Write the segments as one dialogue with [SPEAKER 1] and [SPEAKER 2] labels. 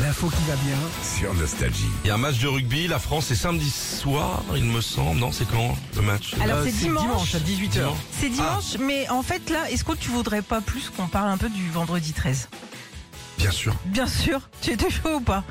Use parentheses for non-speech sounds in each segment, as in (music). [SPEAKER 1] l'info qui va bien.
[SPEAKER 2] sur Nostalgie.
[SPEAKER 3] Il y a un match de rugby, la France, c'est samedi soir, il me semble. Non, c'est quand le match Euh,
[SPEAKER 4] Alors, c'est dimanche.
[SPEAKER 1] à 18h.
[SPEAKER 3] Dimanche.
[SPEAKER 4] C'est dimanche,
[SPEAKER 3] Ah.
[SPEAKER 4] mais en fait là, est-ce que tu voudrais pas plus qu'on parle un peu du vendredi 13
[SPEAKER 3] Bien sûr.
[SPEAKER 4] (laughs) Bien sûr, tu étais chaud ou pas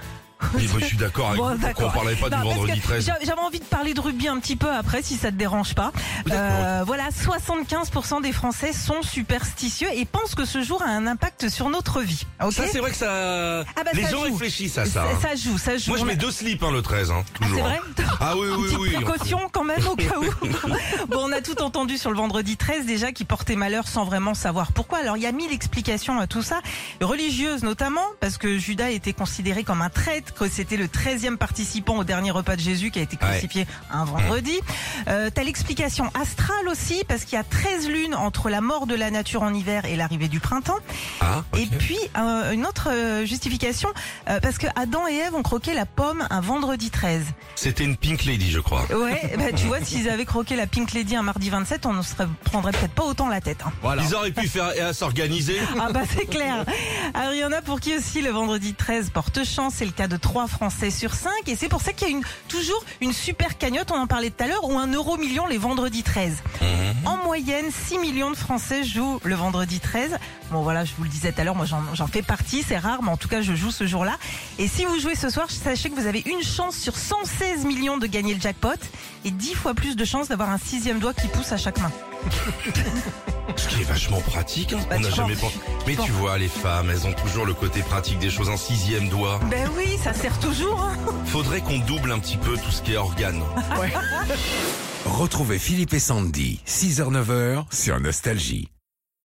[SPEAKER 3] Oui, bah, je suis d'accord avec
[SPEAKER 4] Bon,
[SPEAKER 3] vous. Pourquoi on
[SPEAKER 4] d'accord.
[SPEAKER 3] parlait pas
[SPEAKER 4] Non,
[SPEAKER 3] du
[SPEAKER 4] parce
[SPEAKER 3] vendredi
[SPEAKER 4] que
[SPEAKER 3] 13
[SPEAKER 4] j'a- J'avais envie de parler de rugby un petit peu après, si ça te dérange pas. Euh, voilà, 75% des Français sont superstitieux et pensent que ce jour a un impact sur notre vie. Ok
[SPEAKER 3] Ça, c'est vrai que ça.
[SPEAKER 4] Ah, bah,
[SPEAKER 3] Les
[SPEAKER 4] ça
[SPEAKER 3] gens
[SPEAKER 4] joue.
[SPEAKER 3] réfléchissent à ça.
[SPEAKER 4] Ça-
[SPEAKER 3] hein.
[SPEAKER 4] ça joue, ça joue.
[SPEAKER 3] Moi, je
[SPEAKER 4] On a-
[SPEAKER 3] mets deux slips hein, le 13, hein,
[SPEAKER 4] Ah,
[SPEAKER 3] toujours.
[SPEAKER 4] c'est vrai
[SPEAKER 3] hein. Ah oui, oui,
[SPEAKER 4] Petite
[SPEAKER 3] oui.
[SPEAKER 4] précaution quand même au cas
[SPEAKER 3] (laughs)
[SPEAKER 4] où. bon, on a tout entendu sur le vendredi 13 déjà qui portait malheur sans vraiment savoir pourquoi. Alors il y a mille explications à tout ça, religieuses notamment parce que Judas était considéré comme un traître, que c'était le 13e participant au dernier repas de Jésus qui a été
[SPEAKER 3] Ouais. Mm.
[SPEAKER 4] crucifié un vendredi. Euh, T'as l'explication astrale aussi parce qu'il y a 13 lunes entre la mort de la nature en hiver et l'arrivée du printemps.
[SPEAKER 3] Ah, ok.
[SPEAKER 4] Et puis euh, une autre euh, justification euh, parce que Adam et Ève ont croqué la pomme un vendredi 13.
[SPEAKER 3] C'était une Pink Lady, je crois.
[SPEAKER 4] Ouais, bah, tu vois, s'ils avaient croqué la Pink Lady un mardi 27, on ne se prendrait peut-être pas autant la tête. hein.
[SPEAKER 1] Voilà.
[SPEAKER 3] Ils auraient pu faire euh,
[SPEAKER 4] (laughs)
[SPEAKER 3] s'organiser.
[SPEAKER 4] Ah bah c'est clair. Alors il y en a pour qui aussi le vendredi 13 porte chance, c'est le cas de 3 Français sur 5 et c'est pour ça qu'il y a une, toujours une super cagnotte, on en parlait tout à l'heure, ou un euro million les vendredis 13.
[SPEAKER 3] Mhm.
[SPEAKER 4] En moyenne, 6 millions de Français jouent le vendredi 13. Bon voilà, je vous le disais tout à l'heure, moi j'en j'en fais partie, c'est rare, mais en tout cas je joue ce jour-là. Et si vous jouez ce soir, sachez que vous avez une chance sur 116 millions de gagner le jackpot et 10 fois plus de chances d'avoir un sixième doigt qui pousse à chaque main.
[SPEAKER 3] Ce qui est vachement pratique. hein.
[SPEAKER 4] Bah,
[SPEAKER 3] on n'a
[SPEAKER 4] tu
[SPEAKER 3] jamais
[SPEAKER 4] penses-
[SPEAKER 3] pensé. Mais tu vois, les femmes, elles ont toujours le côté pratique des choses. Un sixième doigt.
[SPEAKER 4] Ben oui, ça sert toujours. hein.
[SPEAKER 3] Faudrait qu'on double un petit peu tout ce qui est organe.
[SPEAKER 2] Retrouvez Philippe et Sandy, 6h-9h sur Nostalgie.